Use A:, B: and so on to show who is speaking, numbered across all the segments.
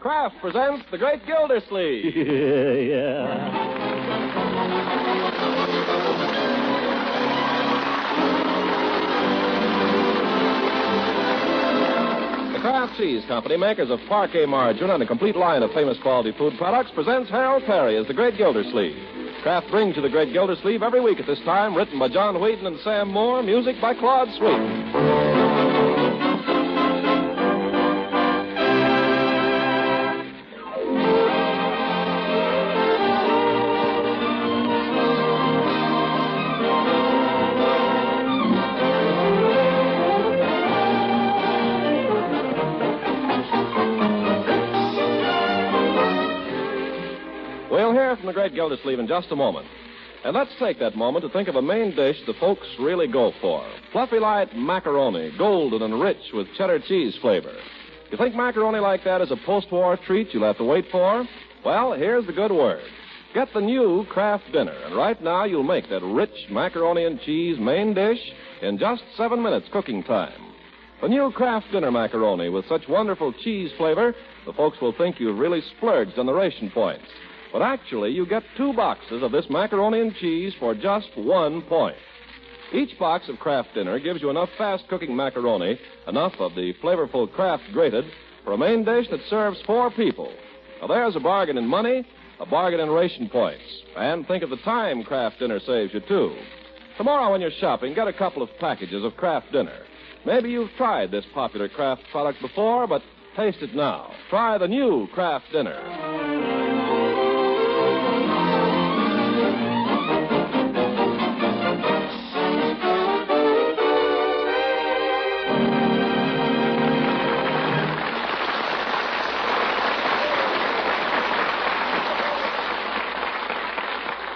A: Kraft presents The Great Gildersleeve.
B: yeah.
A: The Kraft Cheese Company, makers of parquet margarine and a complete line of famous quality food products, presents Harold Perry as the Great Gildersleeve. Kraft brings you the Great Gildersleeve every week at this time, written by John Wheaton and Sam Moore, music by Claude Sweet. We'll hear from the Great Gildersleeve in just a moment. And let's take that moment to think of a main dish the folks really go for. Fluffy light macaroni, golden and rich with cheddar cheese flavor. You think macaroni like that is a post-war treat you'll have to wait for? Well, here's the good word. Get the new Kraft Dinner, and right now you'll make that rich macaroni and cheese main dish in just seven minutes cooking time. The new Kraft Dinner macaroni with such wonderful cheese flavor, the folks will think you've really splurged on the ration points. But actually, you get two boxes of this macaroni and cheese for just one point. Each box of Kraft Dinner gives you enough fast cooking macaroni, enough of the flavorful Kraft grated, for a main dish that serves four people. Now, there's a bargain in money, a bargain in ration points. And think of the time Kraft Dinner saves you, too. Tomorrow, when you're shopping, get a couple of packages of Kraft Dinner. Maybe you've tried this popular Kraft product before, but taste it now. Try the new Kraft Dinner.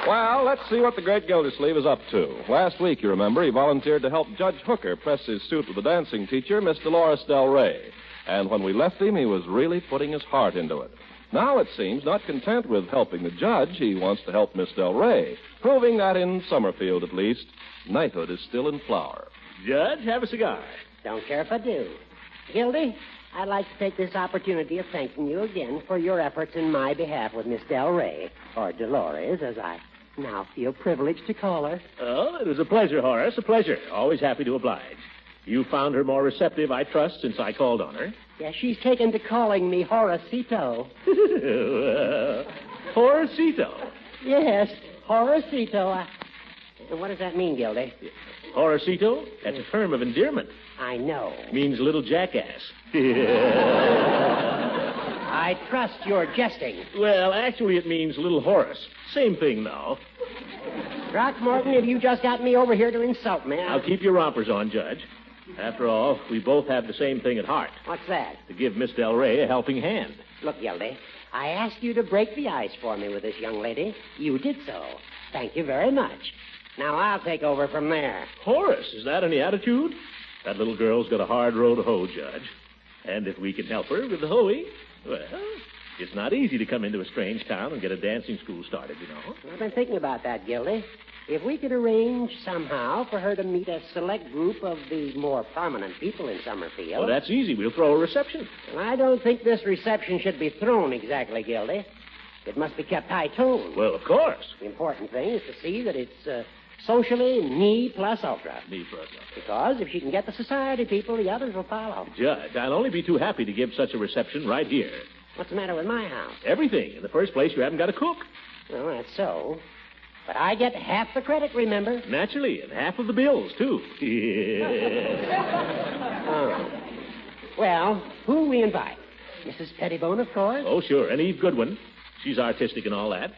A: Well, let's see what the great Gildersleeve is up to. Last week, you remember, he volunteered to help Judge Hooker press his suit with the dancing teacher, Miss Dolores Del Rey. And when we left him, he was really putting his heart into it. Now it seems, not content with helping the judge, he wants to help Miss Del Rey, proving that in Summerfield, at least, knighthood is still in flower.
B: Judge, have a cigar.
C: Don't care if I do. Gildy, I'd like to take this opportunity of thanking you again for your efforts in my behalf with Miss Del Rey, or Dolores, as I now feel privileged to call her.
B: Oh, it was a pleasure, Horace. A pleasure. Always happy to oblige. You found her more receptive, I trust, since I called on her.
C: Yeah, she's taken to calling me Horacito.
B: uh, Horacito.
C: Yes, Horacito. I... What does that mean, Gildy?
B: Horacito? That's a term of endearment.
C: I know.
B: Means little jackass.
C: I trust you're jesting.
B: well, actually, it means little Horace. Same thing, though.
C: Throckmorton, if you just got me over here to insult me, I...
B: Now, keep your rompers on, Judge. After all, we both have the same thing at heart
C: What's that?
B: to give Miss Del Rey a helping hand.
C: Look, Gildy, I asked you to break the ice for me with this young lady. You did so. Thank you very much. Now I'll take over from there.
B: Horace, is that any attitude? That little girl's got a hard row to hoe, Judge. And if we can help her with the hoeing, well, it's not easy to come into a strange town and get a dancing school started, you know.
C: I've been thinking about that, Gildy. If we could arrange somehow for her to meet a select group of the more prominent people in Summerfield.
B: Well, that's easy. We'll throw a reception.
C: And I don't think this reception should be thrown exactly, Gildy. It must be kept high toned.
B: Well, of course.
C: the important thing is to see that it's uh, socially me plus ultra.
B: Me for us.
C: Because if she can get the society people, the others will follow.
B: Judge, I'll only be too happy to give such a reception right here.
C: What's the matter with my house?
B: Everything. In the first place, you haven't got a cook.
C: Well, that's so. But I get half the credit, remember?
B: Naturally, and half of the bills, too.
C: Oh. Well, who we invite? Mrs. Pettibone, of course.
B: oh, sure. And Eve Goodwin. She's artistic and all that.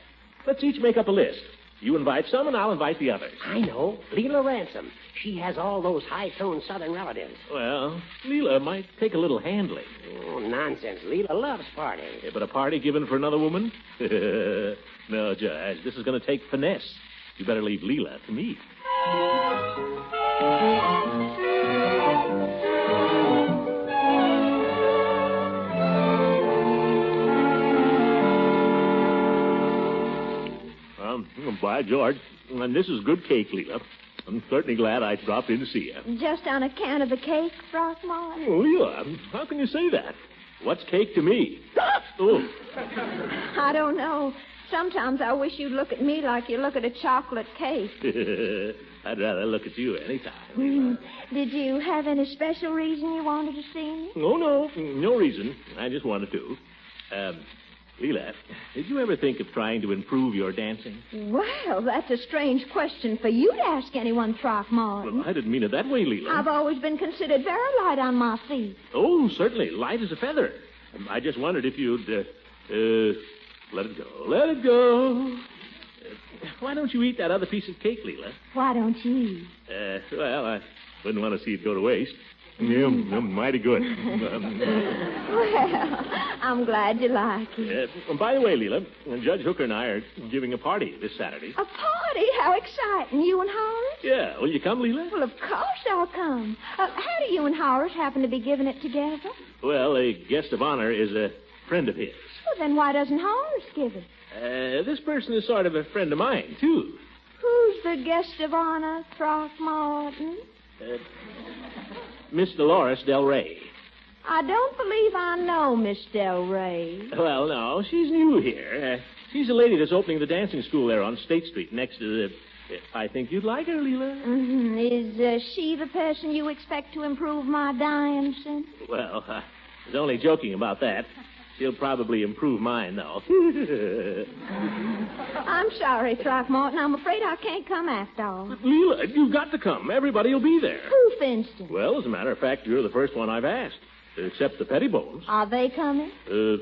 B: Let's each make up a list. You invite some, and I'll invite the others.
C: I know. Leela Ransom. She has all those high toned southern relatives.
B: Well, Leela might take a little handling.
C: Oh, nonsense. Leela loves parties.
B: Yeah, but a party given for another woman? no, Judge, this is going to take finesse. You better leave Leela to me. Um, by George, and this is good cake, Leela. I'm certainly glad I dropped in to see you.
D: Just on account
B: Oh,
D: of the cake, Throckmorton?
B: Leela, how can you say that? What's cake to me? Oh. Ooh.
D: I don't know. Sometimes I wish you'd look at me like you look at a chocolate cake.
B: I'd rather look at you any time.
D: Did you have any special reason you wanted to see me?
B: Oh, no. No reason. I just wanted to. Um, Leela, did you ever think of trying to improve your dancing?
D: Well, that's a strange question for you to ask anyone,
B: Well,
D: Throckmorton.
B: Oh, I didn't mean it that way, Leela.
D: I've always been considered very light on my feet.
B: Oh, certainly. Light as a feather. Um, I just wondered if you'd. Uh, uh, let it go. Let it go. Uh, why don't you eat that other piece of cake, Leela?
D: Why don't you?
B: Uh, well, I wouldn't want to see it go to waste. Yum, yum, mighty good. Um,
D: Well, I'm glad you like it.
B: uh, and by the way, Leela, Judge Hooker and I are giving a party this Saturday.
D: A party? How exciting. You and Horace?
B: Yeah, will you come, Leela?
D: Well, of course I'll come. Uh, how do you and Horace happen to be giving it together? Well,
B: Well, a guest of honor is a friend of his.
D: then why doesn't Horace give it?
B: Uh, this person is sort of a friend of mine, too.
D: Who's the guest of honor, Throckmorton?
B: Uh, Miss Dolores Del Rey.
D: I don't believe I know Miss Del Rey.
B: Well, no, she's new here. Uh, she's the lady that's opening the dancing school there on State Street next to the. uh, I think you'd like her, Leela.
D: hmm Is uh, she the person you expect to improve my dancing?
B: Well, I was only joking about that. She'll probably improve mine, though.
D: I'm sorry, Throckmorton. I'm afraid I can't come after all.
B: Leela, you've got to come. Everybody will be there.
D: Who, for instance?
B: Well, as a matter of fact, you're the first one I've asked, except the Pettibones.
D: Are they coming?
B: Uh,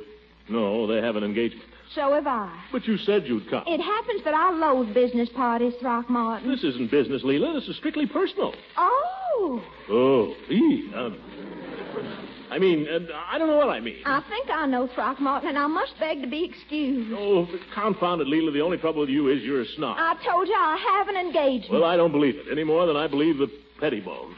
B: no, they have an engagement.
D: So have I.
B: But you said you'd come.
D: It happens that I loathe business parties, Throckmorton.
B: This isn't business, Leela. This is strictly personal.
D: Oh,
B: Oh, ee, um, I mean, uh, I don't know what I mean.
D: I think I know Throckmorton, and I must beg to be excused.
B: Oh, confound it, Leela. The only trouble with you is you're a snob.
D: I told you I have an engagement.
B: Well, I don't believe it any more than I believe the Pettibones.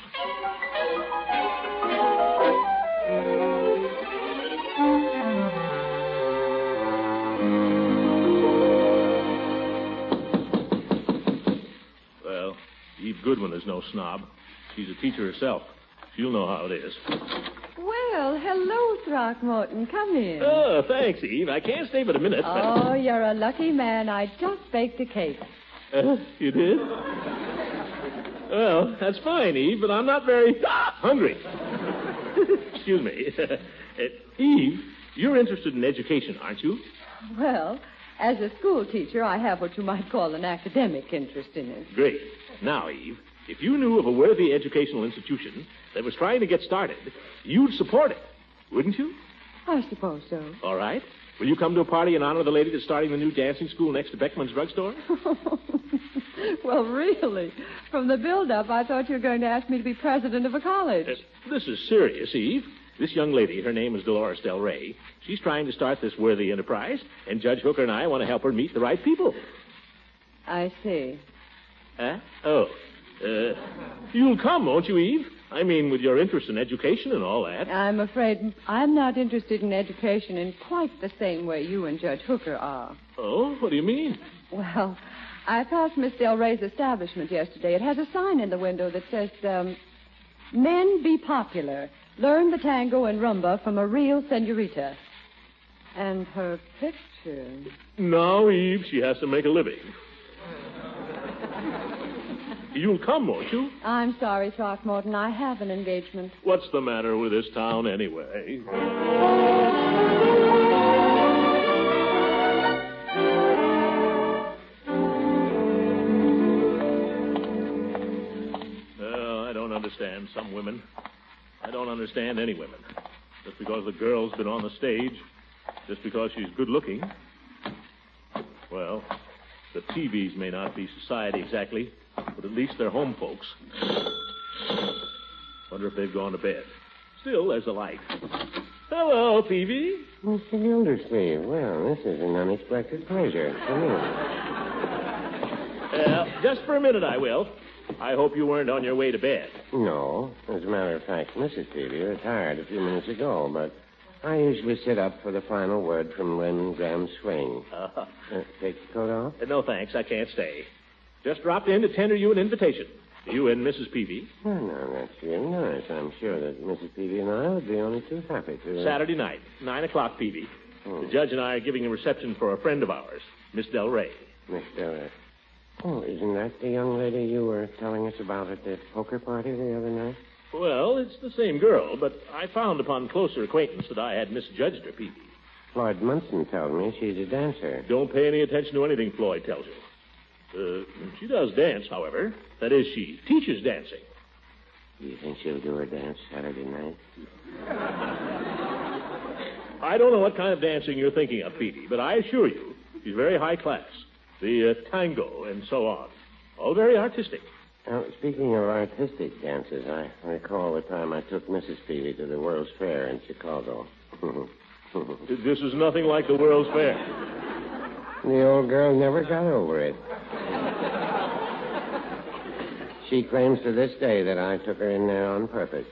B: Well, Eve Goodwin is no snob. She's a teacher herself. She'll know how it is.
E: Well, hello, Throckmorton. Come in.
B: Oh, thanks, Eve. I can't stay but a minute.
E: Oh, you're a lucky man. I just baked a cake.
B: Uh, you did? Well, that's fine, Eve, but I'm not very hungry. Excuse me. Uh, Eve, you're interested in education, aren't you?
E: Well, as a school teacher, I have what you might call an academic interest in it.
B: Great. Now, Eve, if you knew of a worthy educational institution that was trying to get started, you'd support it, wouldn't you?
E: I suppose so.
B: All right. Will you come to a party in honor of the lady that's starting the new dancing school next to Beckman's drugstore?
E: well, really, from the build-up, I thought you were going to ask me to be president of a college.
B: Uh, This is serious, Eve. This young lady, her name is Dolores Del Rey. She's trying to start this worthy enterprise, and Judge Hooker and I want to help her meet the right people.
E: I see.
B: Huh? Oh. Uh, you'll come, won't you, Eve? I mean, with your interest in education and all that.
E: I'm afraid I'm not interested in education in quite the same way you and Judge Hooker are.
B: Oh, what do you mean?
E: Well, I passed Miss Del Rey's establishment yesterday. It has a sign in the window that says, um, Men be popular. Learn the tango and rumba from a real senorita. And her picture.
B: Now, Eve, she has to make a living. you'll come, won't you?
E: I'm sorry, Throckmorton. I have an engagement.
B: What's the matter with this town anyway? Oh, I don't understand some women. I don't understand any women. Just because the girl's been on the stage, just because she's good looking. Well, the TVs may not be society exactly, but at least they're home folks. Wonder if they've gone to bed. Still, there's a light. Hello, Peavy.
F: Mr. Gildersleeve, well, this is an unexpected pleasure. Come
B: Uh, just for a minute, I will. I hope you weren't on your way to bed.
F: in. No, as a matter of fact, Mrs. Peavy retired a few minutes ago, but I usually sit up for the final word from Lynn Graham Swing.
B: Uh,
F: Uh, take the coat off?
B: no thanks, I can't stay. Just dropped in to tender you an invitation. You and Mrs. Peavy,
F: No, no, that's real nice. I'm sure that Mrs. Peavy and I would be only too happy to. uh,
B: Saturday night, nine o'clock, Peavy.
F: Hmm.
B: The judge and I are giving a reception for a friend of ours, Miss Del Rey.
F: Miss Della. Oh, isn't that the young lady you were telling us about at the poker party the other night?
B: Well, it's the same girl, but I found upon closer acquaintance that I had misjudged her, Pete.
F: Floyd Munson told me she's a dancer.
B: Don't pay any attention to anything Floyd tells you. Uh, she does dance, however. That is, she teaches dancing.
F: Do you think she'll do her dance Saturday night?
B: I don't know what kind of dancing you're thinking of, Petey, but I assure you, she's very high class. The uh, tango and so on. All very artistic.
F: Now, speaking of artistic dances, I recall the time I took Mrs. Peavy to the World's Fair in Chicago. the
B: This is nothing like the World's Fair.
F: old girl never got over it. she claims to this day that I took her in there on purpose.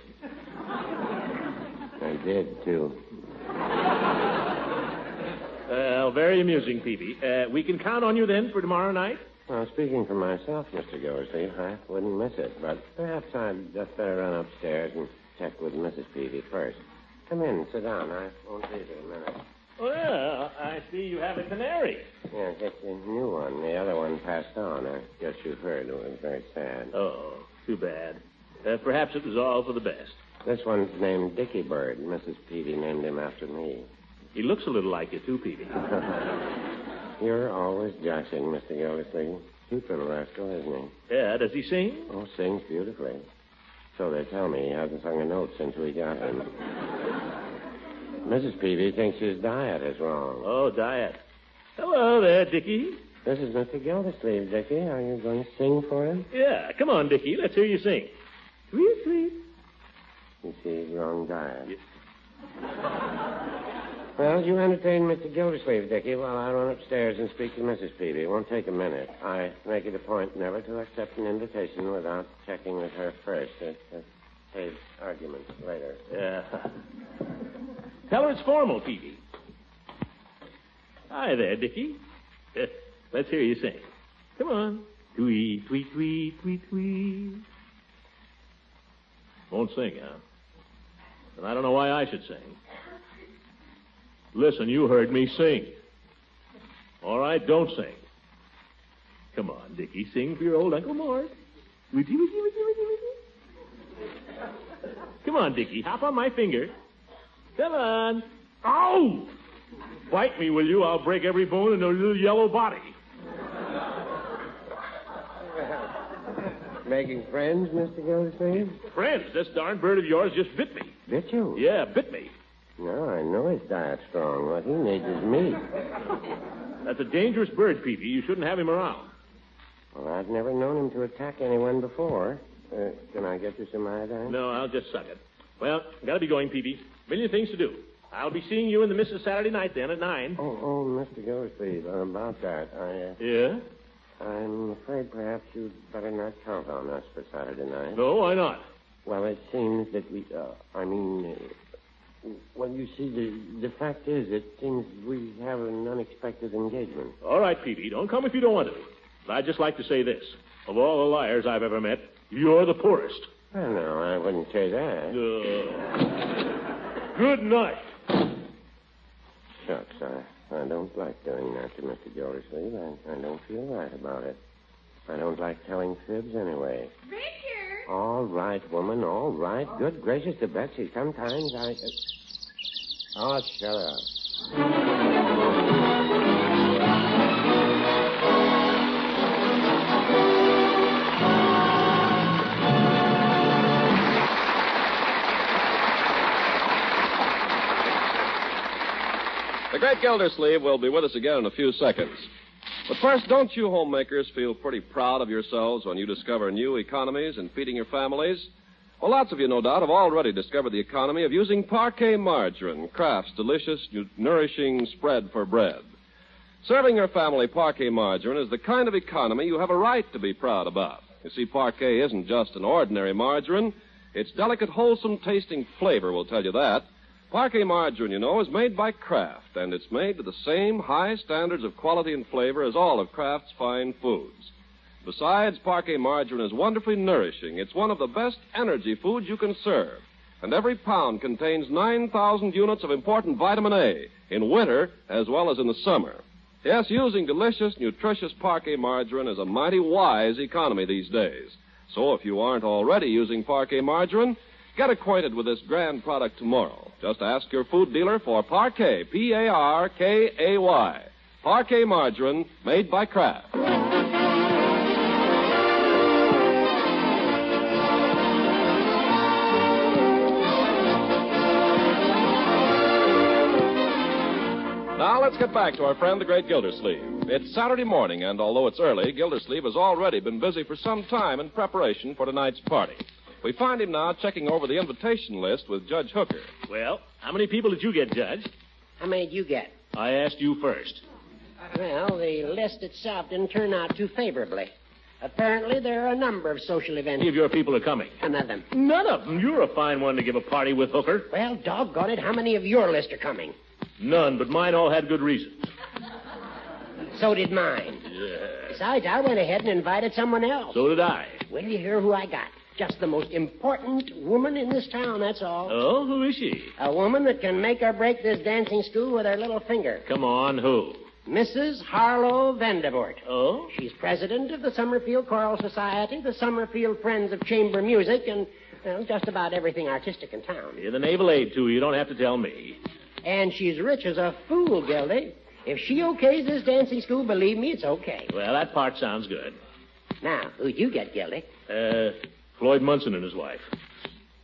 F: I did, too.
B: Well, very amusing, Peavy. Uh, we can count on you then for tomorrow night?
F: Well, speaking for myself, Mr. Gildersleeve, I wouldn't miss it, but perhaps I'd just better run upstairs and check with Mrs. Peavy first. Come in, sit down. I won't leave in a minute.
B: Well, I see you have a canary.
F: Yeah, that's the new one. The other one passed on. I guess you've heard. It was very sad.
B: Oh, too bad. Uh, perhaps it was all for the best.
F: This one's named Dickie Bird. Mrs. Peavy named him after me.
B: He looks a little like you, too, Peavy.
F: You're always joshing, Mr. Gildersleeve. Cute little rascal, isn't he?
B: Yeah, does he sing?
F: Oh, sings beautifully. So they tell me he hasn't sung a note since we got him. Mrs. Peavy thinks his diet is wrong.
B: Oh, diet. Hello there, Dickie.
F: This is Mr. Gildersleeve, Dickie. Are you going to sing for him?
B: Yeah, come on, Dickie. Let's hear you sing. Sweet, sweet.
F: You see, wrong diet. Well, you entertain Mr. Gildersleeve, Dickie, while I run upstairs and speak to Mrs. Peavy. It won't take a minute. I make it a point never to accept an invitation without checking with her first. It uh, saves arguments later.
B: Yeah. Tell her it's formal, Peavy. Hi there, Dickie. Uh, let's hear you sing. Come on. Tweet, tweet, tweet, tweet, tweet. Won't sing, huh? And I don't know why I should sing. Listen, you heard me sing. All right, don't sing. Come on, Dickie, sing for your old Uncle Mort. Witty, witty, witty, witty, witty. Come on, Dickie, hop on my finger. Come on. Ow! Bite me, will you? I'll break every bone in your little yellow body.
F: Making friends, Mr. Gildersleeve?
B: Friends, this darn bird of yours just bit me.
F: Did you?
B: Yeah, bit me.
F: No, I know his diet's strong. What he needs is meat.
B: That's a dangerous bird, Peavy. You shouldn't have him around.
F: Well, I've never known him to attack anyone before. Uh, can I get you some iodine?
B: No, I'll just suck it. Well, gotta be going, Peavy. Million things to do. I'll be seeing you and the missus Saturday night then at nine.
F: Oh, oh, Mr. Gildersleeve, about that, I, uh,
B: Yeah?
F: I'm afraid perhaps you'd better not count on us for Saturday night.
B: No, why not?
F: Well, it seems that we, uh, I mean, uh, well, you see, the, the fact is, it seems we have an unexpected engagement.
B: All right, Peavy. Don't come if you don't want to. But I'd just like to say this. Of all the liars I've ever met, you're the poorest.
F: Well, no, I wouldn't say
B: Uh,
F: that.
B: good night.
F: Shucks, I, I don't like doing that to Mr. Gildersleeve. I, I don't feel right about it. I don't like telling fibs anyway.
D: Richard!
F: All right, woman, all right. Good gracious to Betsy, sometimes I... Oh, shut up.
A: The great Gildersleeve will be with us again in a few seconds. But first, don't you homemakers feel pretty proud of yourselves when you discover new economies in feeding your families? Well, lots of you, no doubt, have already discovered the economy of using parquet margarine, Kraft's delicious, nu- nourishing spread for bread. Serving your family parquet margarine is the kind of economy you have a right to be proud about. You see, parquet isn't just an ordinary margarine. Its delicate, wholesome tasting flavor will tell you that. Parquet margarine, you know, is made by Kraft, and it's made to the same high standards of quality and flavor as all of Kraft's fine foods. Besides, parquet margarine is wonderfully nourishing. It's one of the best energy foods you can serve. and every pound contains 9,000 units of important vitamin A in winter as well as in the summer. Yes, using delicious, nutritious Parquet margarine is a mighty wise economy these days. So if you aren't already using Parquet margarine, get acquainted with this grand product tomorrow. Just ask your food dealer for Parquet, P A R K A Y. Parquet margarine made by Kraft. Now let's get back to our friend the great Gildersleeve. It's Saturday morning, and although it's early, Gildersleeve has already been busy for some time in preparation for tonight's party. We find him now checking over the invitation list with Judge Hooker.
B: Well, how many people did you get, Judge?
C: How many did you get?
B: I asked you first.
C: Well, the list itself didn't turn out too favorably. Apparently, there are a number of social
B: Any
C: events.
B: of your people are coming?
C: None of them.
B: None of them. You're a fine one to give a party with, Hooker.
C: Well, doggone it, how many of your list are coming?
B: None, but mine all had good reasons.
C: So did mine. Besides, I went ahead and invited someone else.
B: So did I.
C: Wait till you hear who I got. Just the most important woman in this town, that's all.
B: Oh, who is she?
C: A woman that can make or break this dancing school with her little finger.
B: Come on, who?
C: Mrs. Harlow Vandevort.
B: Oh?
C: She's president of the Summerfield Choral Society, the Summerfield Friends of Chamber Music, and well, just about everything artistic in town.
B: You're the naval aide, too. You don't have to tell me.
C: And she's rich as a fool, Gildy. If she okays this dancing school, believe me, it's okay.
B: Well, that part sounds good.
C: Now, who'd you get, Gildy?
B: Uh, Floyd Munson and his wife.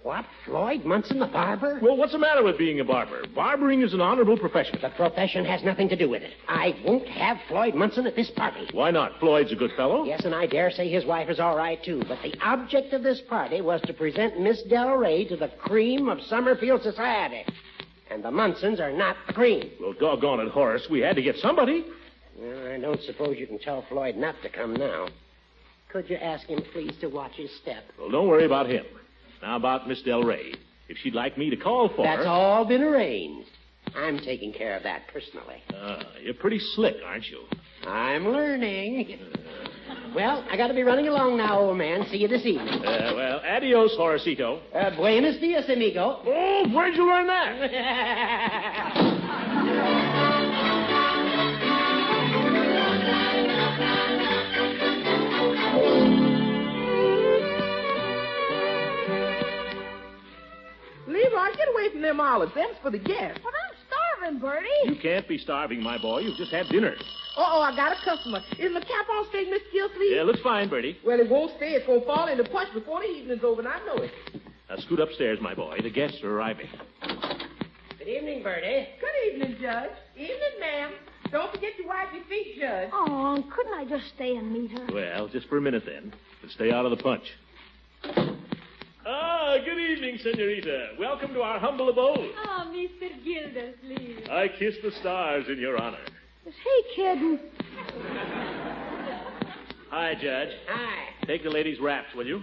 C: What, Floyd Munson the barber?
B: Well, what's the matter with being a barber? Barbering is an honorable profession.
C: The profession has nothing to do with it. I won't have Floyd Munson at this party.
B: Why not? Floyd's a good fellow.
C: Yes, and I dare say his wife is all right, too. But the object of this party was to present Miss Del Rey to the cream of Summerfield society. And the Munsons are not the cream.
B: Well, doggone it, Horace. We had to get somebody.
C: Well, I don't suppose you can tell Floyd not to come now. Could you ask him, please, to watch his step?
B: Well, don't worry about him. Now about Miss Del Rey. If she'd like me to call for
C: That's
B: her.
C: all been arranged. I'm taking care of that personally.
B: Uh, you're pretty slick, aren't you?
C: I'm learning. well, I gotta be running along now, old man. See you this evening.
B: Uh, well, adios, Horacito.
C: Uh, buenos dias, amigo.
B: Oh, where'd you learn that?
G: Leroy, get away from them olives. That's for the guests.
D: But I'm starving, Bertie.
B: You can't be starving, my boy. You've just had dinner.
G: Uh-oh, I got a customer. Is my cap on straight, Miss Gilsleeve?
B: Yeah, looks fine, Bertie.
G: Well, it won't stay. It's going to fall into punch before the evening's over, and I know it.
B: Now scoot upstairs, my boy. The guests are arriving.
C: Good evening, Bertie.
G: Good evening, Judge. Evening, ma'am. Don't forget to wipe your feet, Judge.
D: Oh, couldn't I just stay and meet her?
B: Well, just for a minute then. But stay out of the punch. Ah, good evening, senorita. Welcome to our humble abode.
H: Oh, Mr. Gildersleeve.
B: I kiss the stars in your honor.
D: Is he kidding?
B: Hi, Judge.
C: Hi.
B: Take the ladies' wraps, will you?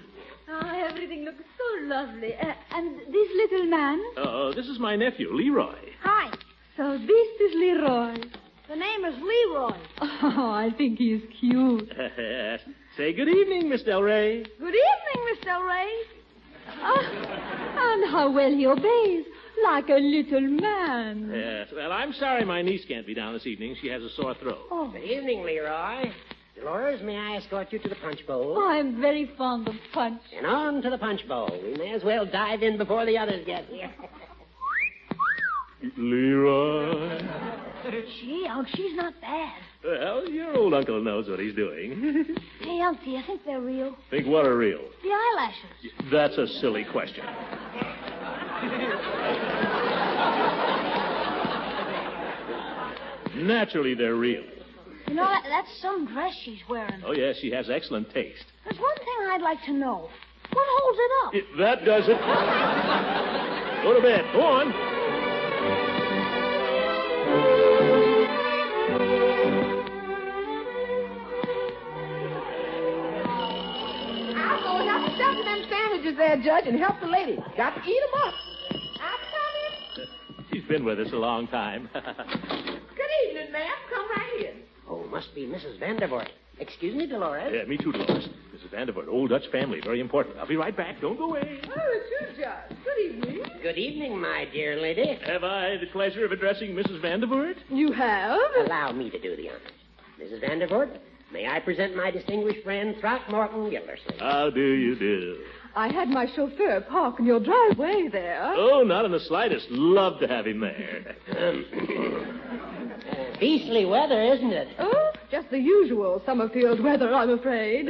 I: Ah,
H: Oh, everything looks so lovely. Uh, and this little man?
B: Uh, this is my nephew, Leroy.
D: Hi.
H: So this is Leroy.
D: The name is Leroy.
E: Oh, I think he's cute.
B: Say good evening, Miss Del Rey.
D: Good evening, Miss Del Rey.
E: Ah, and how well he obeys, like a little man.
B: Yes. Well, I'm sorry my niece can't be down this evening. She has a sore throat.
E: Oh,
C: Good evening, Leroy. Dolores, may I escort you to the punch bowl?
E: Oh, I'm very fond of punch.
C: And on to the punch bowl. We may as well dive in before the others get here.
B: Leroy.
D: Gee, Unc, oh, she's not bad.
B: Well, your old uncle knows what he's doing.
D: Hey, Unc, do you think they're real?
B: Think what are real?
D: The eyelashes.
B: That's a silly question. Naturally, they're real.
D: You know, that, that's some dress she's wearing.
B: Oh, yes, she has excellent taste.
D: There's one thing I'd like to know. What holds it up?
B: It- that does it. Go to bed. Go on.
G: I'll go and help stuff them sandwiches there, Judge, and help the lady. Got to eat 'em up. I'm coming.
B: She's been with us a long time.
G: Good evening, ma'am. Come right here.
C: Oh, must be Mrs. Vandervoort. Excuse me, Dolores.
B: yeah, me too, Dolores. Mrs. Vandervoort, old Dutch family, very important. I'll be right back. Don't go away.
G: Where is you, Judge? Good
H: Good evening.
C: Good evening, my dear lady.
B: Have I the pleasure of addressing Mrs. Vanderbilt?
H: You have?
C: Allow me to do the honors. Mrs. Vandervoort, may I present my distinguished friend, Throckmorton Gildersleeve?
B: How do you do?
E: I had my chauffeur park in your driveway there.
B: Oh, not in the slightest. Love to have him there.
C: Um, Beastly weather, isn't it?
E: Oh, just the usual Summerfield weather, I'm afraid.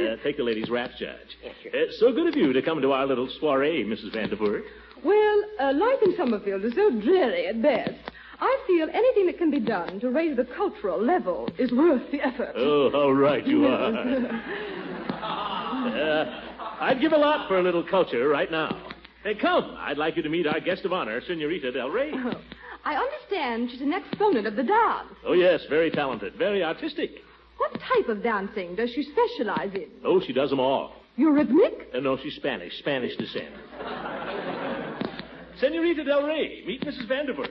B: Uh, take the ladies' wraps, Judge.
C: Yes, sir.
B: Uh, so good of you to come to our little soiree, Mrs. Vanderbilt.
E: Well, uh, life in Summerfield is so dreary at best. I feel anything that can be done to raise the cultural level is worth the effort.
B: Oh, how right you are. Uh, I'd give a lot for a little culture right now. Hey, come. I'd like you to meet our guest of honor, Senorita Del Rey.
C: Oh.
E: I understand she's an exponent of the dance.
B: Oh, yes, very talented, very artistic.
E: What type of dancing does she specialize in?
B: Oh, she does them all.
E: Eurythmic?
B: Uh, no, she's Spanish, Spanish descent. Senorita Del Rey, meet Mrs. Vanderbilt.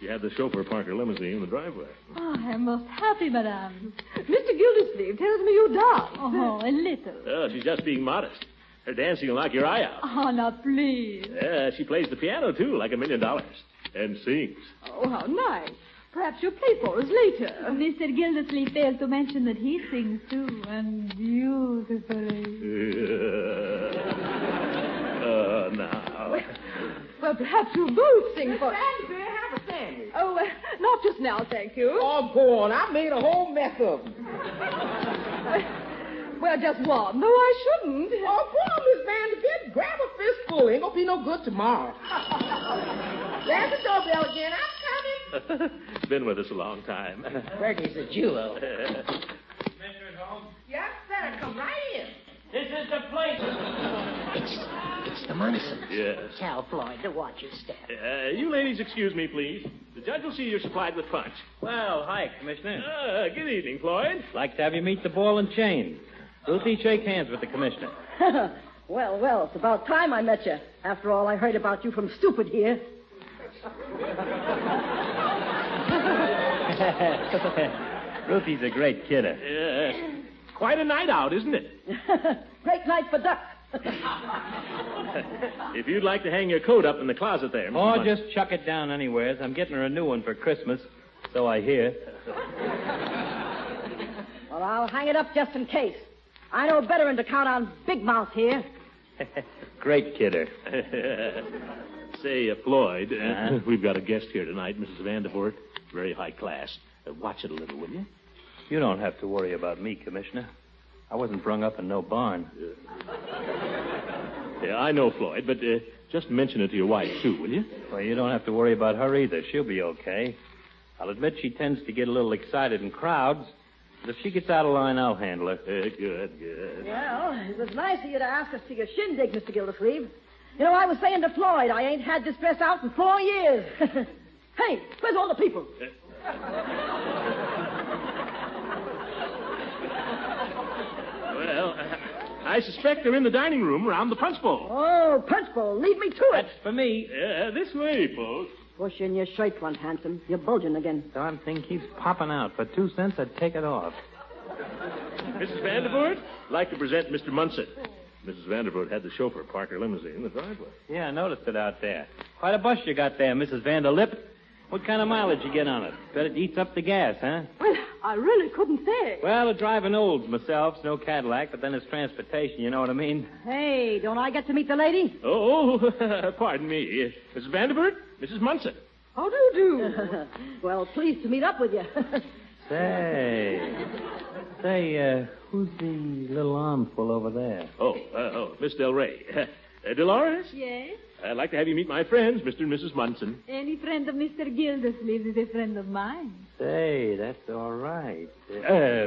B: She had the chauffeur park her limousine in the driveway.
I: I am Ah, most happy, madame.
E: Mr. Gildersleeve tells me you dance.
I: Oh, a little.
B: Oh, she's just being modest. Her dancing will knock your eye out.
I: Oh, now, please.
B: Yeah, she plays the piano, too, like a million dollars. And sings.
E: Oh, how nice. Perhaps you'll play for us later.
I: Mr. Uh, Gildersleeve failed to mention that he sings, too, and beautifully.
B: oh, now.
E: Well, perhaps you'll both sing for us.
G: Vanderbilt, have a sandwich.
E: Oh, uh, not just now, thank you.
G: Oh, go on. I made a whole mess of them.
E: Well, just one. No, I shouldn't.
G: Oh, go on, Miss Vanderbilt. Grab a fistful. Ain't gonna be no good tomorrow. There's the doorbell again. I'm
B: Been with us a long time.
C: Bertie's a jewel.
G: coming. Yes, sir. Come right in.
C: It's the Monisons.
B: yes.
C: Tell Floyd to watch his step.
B: Uh, you ladies, excuse me, please. The judge will see you're supplied with punch.
J: Well, hi, Commissioner.
B: Uh, good evening, Floyd.
J: Like to have you meet the ball and chain. Lucy, shake hands with the Commissioner.
K: well, well, it's about time I met you. After all I heard about you from stupid here.
J: Ruthie's a great kidder.
B: Yes. Uh, Quite a night out, isn't it?
K: Great night for duck.
B: If you'd like to hang your coat up in the closet there. Mr.
J: Or
B: Munn.
J: just chuck it down anywheres. I'm getting her a new one for Christmas, so I hear.
K: Well, I'll hang it up just in case. I know better than to count on Big Mouth here.
J: great kidder.
B: Say, uh, Floyd, uh,
J: Uh-huh.
B: we've got a guest here tonight, Mrs. Vandervoort. Very high class. Uh, watch it a little, will you?
J: You don't have to worry about me, Commissioner. I wasn't brung up in no barn.
B: Uh, Yeah, I know, Floyd, but uh, just mention it to your wife, too, will you?
J: Well, you don't have to worry about her either. She'll be okay. I'll admit she tends to get a little excited in crowds, but if she gets out of line, I'll handle her.
B: Uh, good, good.
K: Well, it was nice of you to ask us to your shindig, Mr. Gildersleeve. You know, I was saying to Floyd, I ain't had this dress out in four years. hey, where's all the people?
E: Uh,
B: Well, uh, I suspect they're in the dining room around the punch bowl.
K: Oh, Punch Bowl, lead me to it.
J: For me,
B: Uh, this way, folks.
K: Push in your shirt front, handsome. You're bulging again.
J: darn thing keeps popping out. For two cents, I'd take it off.
B: Mrs. Vandervoort, I'd like to present Mr. Munson. Mrs. Vandervoort had the chauffeur park her limousine in the driveway.
J: Yeah, I noticed it out there. Quite a bus you got there, Mrs. Vanderlip. What kind of mileage you get on it? Bet it eats up the gas, huh?
E: Well, I really couldn't say.
J: Well, I drive an old myself, no Cadillac, but then it's transportation, you know what I mean?
K: Hey, don't I get to meet the lady?
B: Oh, oh, pardon me. Mrs. Vandervoort, Mrs. Munson.
E: How do you do?
K: well, pleased to meet up with you.
J: Say. Say, uh, who's the little armful over there?
B: Oh, uh, oh, Miss Del Rey. Uh, Dolores,
I: Yes?
B: I'd like to have you meet my friends, Mr. and Mrs. Munson.
I: Any friend of Mr. Gildersleeve is a friend of mine.
J: Say, that's all right. Uh,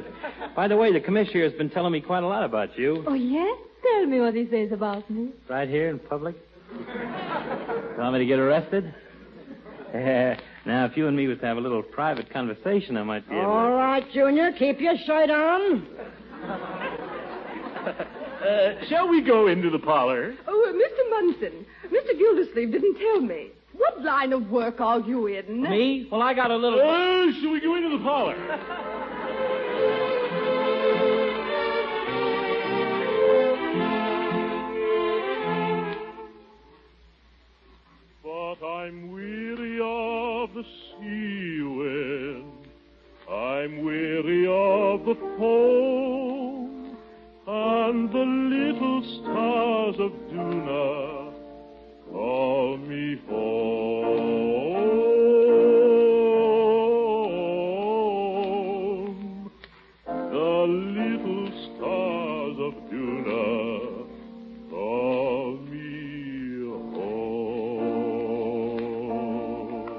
J: by the way, the commissioner has been telling me quite a lot about you.
I: Oh, yes? Tell me what he says about me.
J: Right here in public? Want me to get arrested? Eh, now, if you and me was to have a little private conversation, I might be able
K: All
J: to...
K: right, Junior, keep your shirt on.
B: Uh, shall we go into the parlor?
E: Oh, uh, Mr. Munson, Mr. Gildersleeve didn't tell me. What line of work are you in?
J: Me? Well, I got a little...
B: Oh, shall we go into the parlor?
L: But I'm weary of the sea wind. I'm weary of the foam and the little stars of Duna. Call me home. The little stars of Duna. Call me home.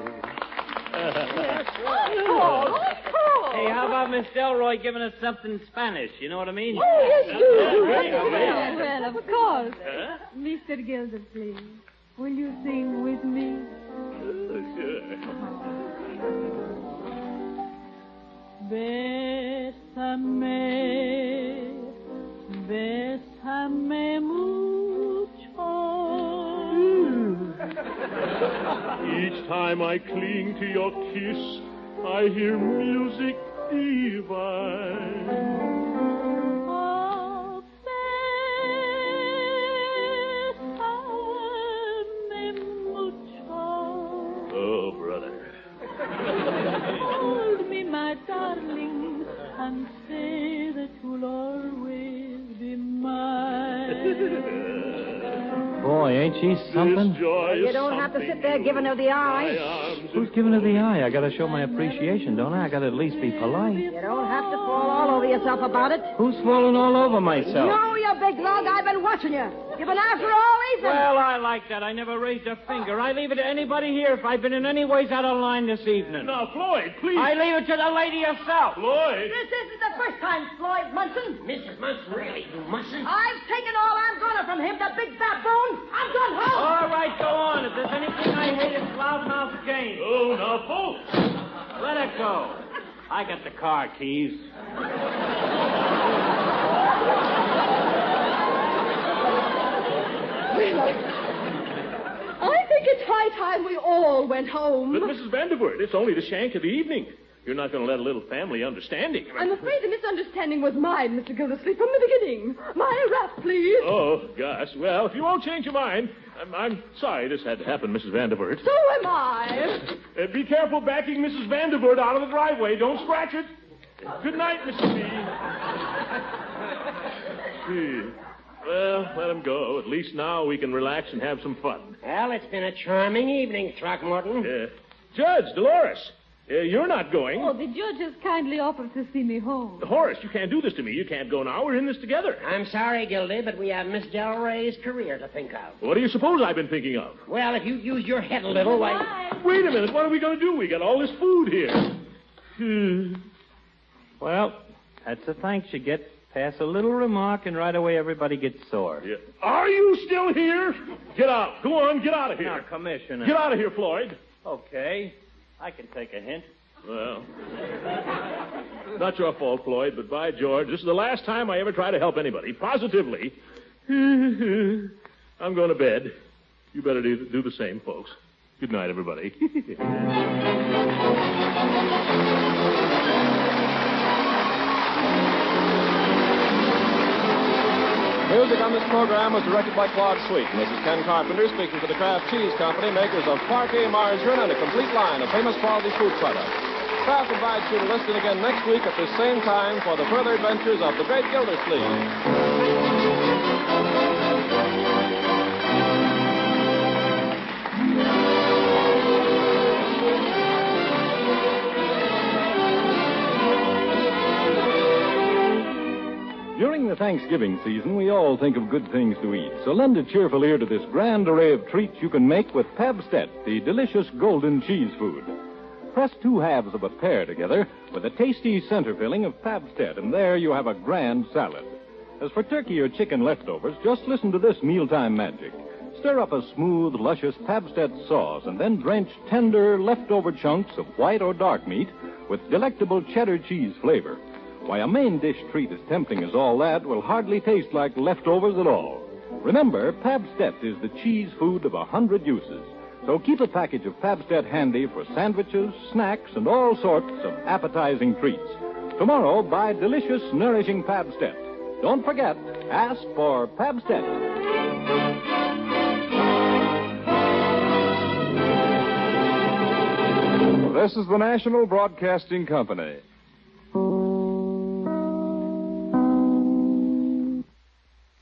J: Hey, how about Miss Delroy giving us something in Spanish? You know what I mean?
I: Oh, yes, you do.
J: Great, great.
I: Well, of course.
J: Huh?
I: Mr. Gildersleeve, will you sing with me?
K: Oh,
M: Bésame, bésame
I: Hmm.
M: mucho.
L: Each time I cling to your kiss, I hear music divine.
M: Oh, bésame mucho.
B: Oh, brother.
M: Hold me, my darling, and say that you'll always be
E: Uh,
M: mine.
J: Boy, ain't she something?
K: You don't have to sit there giving her the eye.
J: Who's giving her the eye? I gotta show my appreciation, don't I? I gotta at least be polite.
K: You don't have to fall all over yourself about it.
J: Who's swallowing all over myself?
K: No, you big lug. I've been watching you. You've been after all evening.
J: Well, I like that. I never raised a finger. I leave it to anybody here if I've been in any ways out of line this evening.
L: Now, Floyd, please.
J: I leave it to the lady herself.
L: Floyd.
K: This isn't the first time, Floyd Munson.
N: Mrs. Munson, really, you mustn't.
K: I've taken all I'm gonna from him, the big baboon. I'm going home.
J: All right, go on. If there's anything I hate, it's loudmouth games.
L: Oh, now, folks.
J: Let it go. I got the car keys.
H: I think it's high time we all went home.
B: But, Mrs. Vanderwert, it's only the shank of the evening. You're not going to let a little family understanding.
H: I'm afraid the misunderstanding was mine, Mr. Gildersleeve, from the beginning. My wrap, please.
B: Oh, gosh. Well, if you won't change your mind, I'm, I'm sorry this had to happen, Mrs. Vanderbilt.
H: So am I.
B: Uh, be careful backing Mrs. Vanderbilt out of the driveway. Don't scratch it. Good night, Mrs. B. Gee. Well, let him go. At least now we can relax and have some fun.
N: Well, it's been a charming evening, Throckmorton.
B: Uh, Judge, Dolores, uh, you're not going.
I: Oh, the judge has kindly offered to see me home.
B: Horace, you can't do this to me. You can't go now. We're in this together.
N: I'm sorry, Gildy, but we have Miss Del Rey's career to think of.
B: What do you suppose I've been thinking of?
N: Well, if you use your head a little, why?
B: Wait a minute. What are we going to do? We got all this food here.
J: Hmm. Well, that's the thanks you get. Pass a little remark, and right away everybody gets sore.
B: Are you still here? Get out. Go on, get out of here.
J: Now, Commissioner.
B: Get out of here, Floyd.
J: Okay. I can take a hint.
B: Well, not your fault, Floyd, but by George, this is the last time I ever try to help anybody. Positively. I'm going to bed. You better do, do the same, folks. Good night, everybody.
A: Music on this program was directed by Claude Sweet. and This is Ken Carpenter speaking for the Kraft Cheese Company, makers of parquet margarine and a complete line of famous quality food products. Kraft invites you to listen again next week at this same time for the further adventures of the great Gildersleeve.
O: During the Thanksgiving season, we all think of good things to eat, so lend a cheerful ear to this grand array of treats you can make with Pabstet, the delicious golden cheese food. Press two halves of a pear together with a tasty center filling of Pabstet, and there you have a grand salad. As for turkey or chicken leftovers, just listen to this mealtime magic. Stir up a smooth, luscious Pabstet sauce and then drench tender, leftover chunks of white or dark meat with delectable cheddar cheese flavor. Why, a main dish treat as tempting as all that will hardly taste like leftovers at all. Remember, Pabstet is the cheese food of a hundred uses. So keep a package of Pabstet handy for sandwiches, snacks, and all sorts of appetizing treats. Tomorrow, buy delicious, nourishing Pabstet. Don't forget, ask for Pabstet. This is the National Broadcasting Company.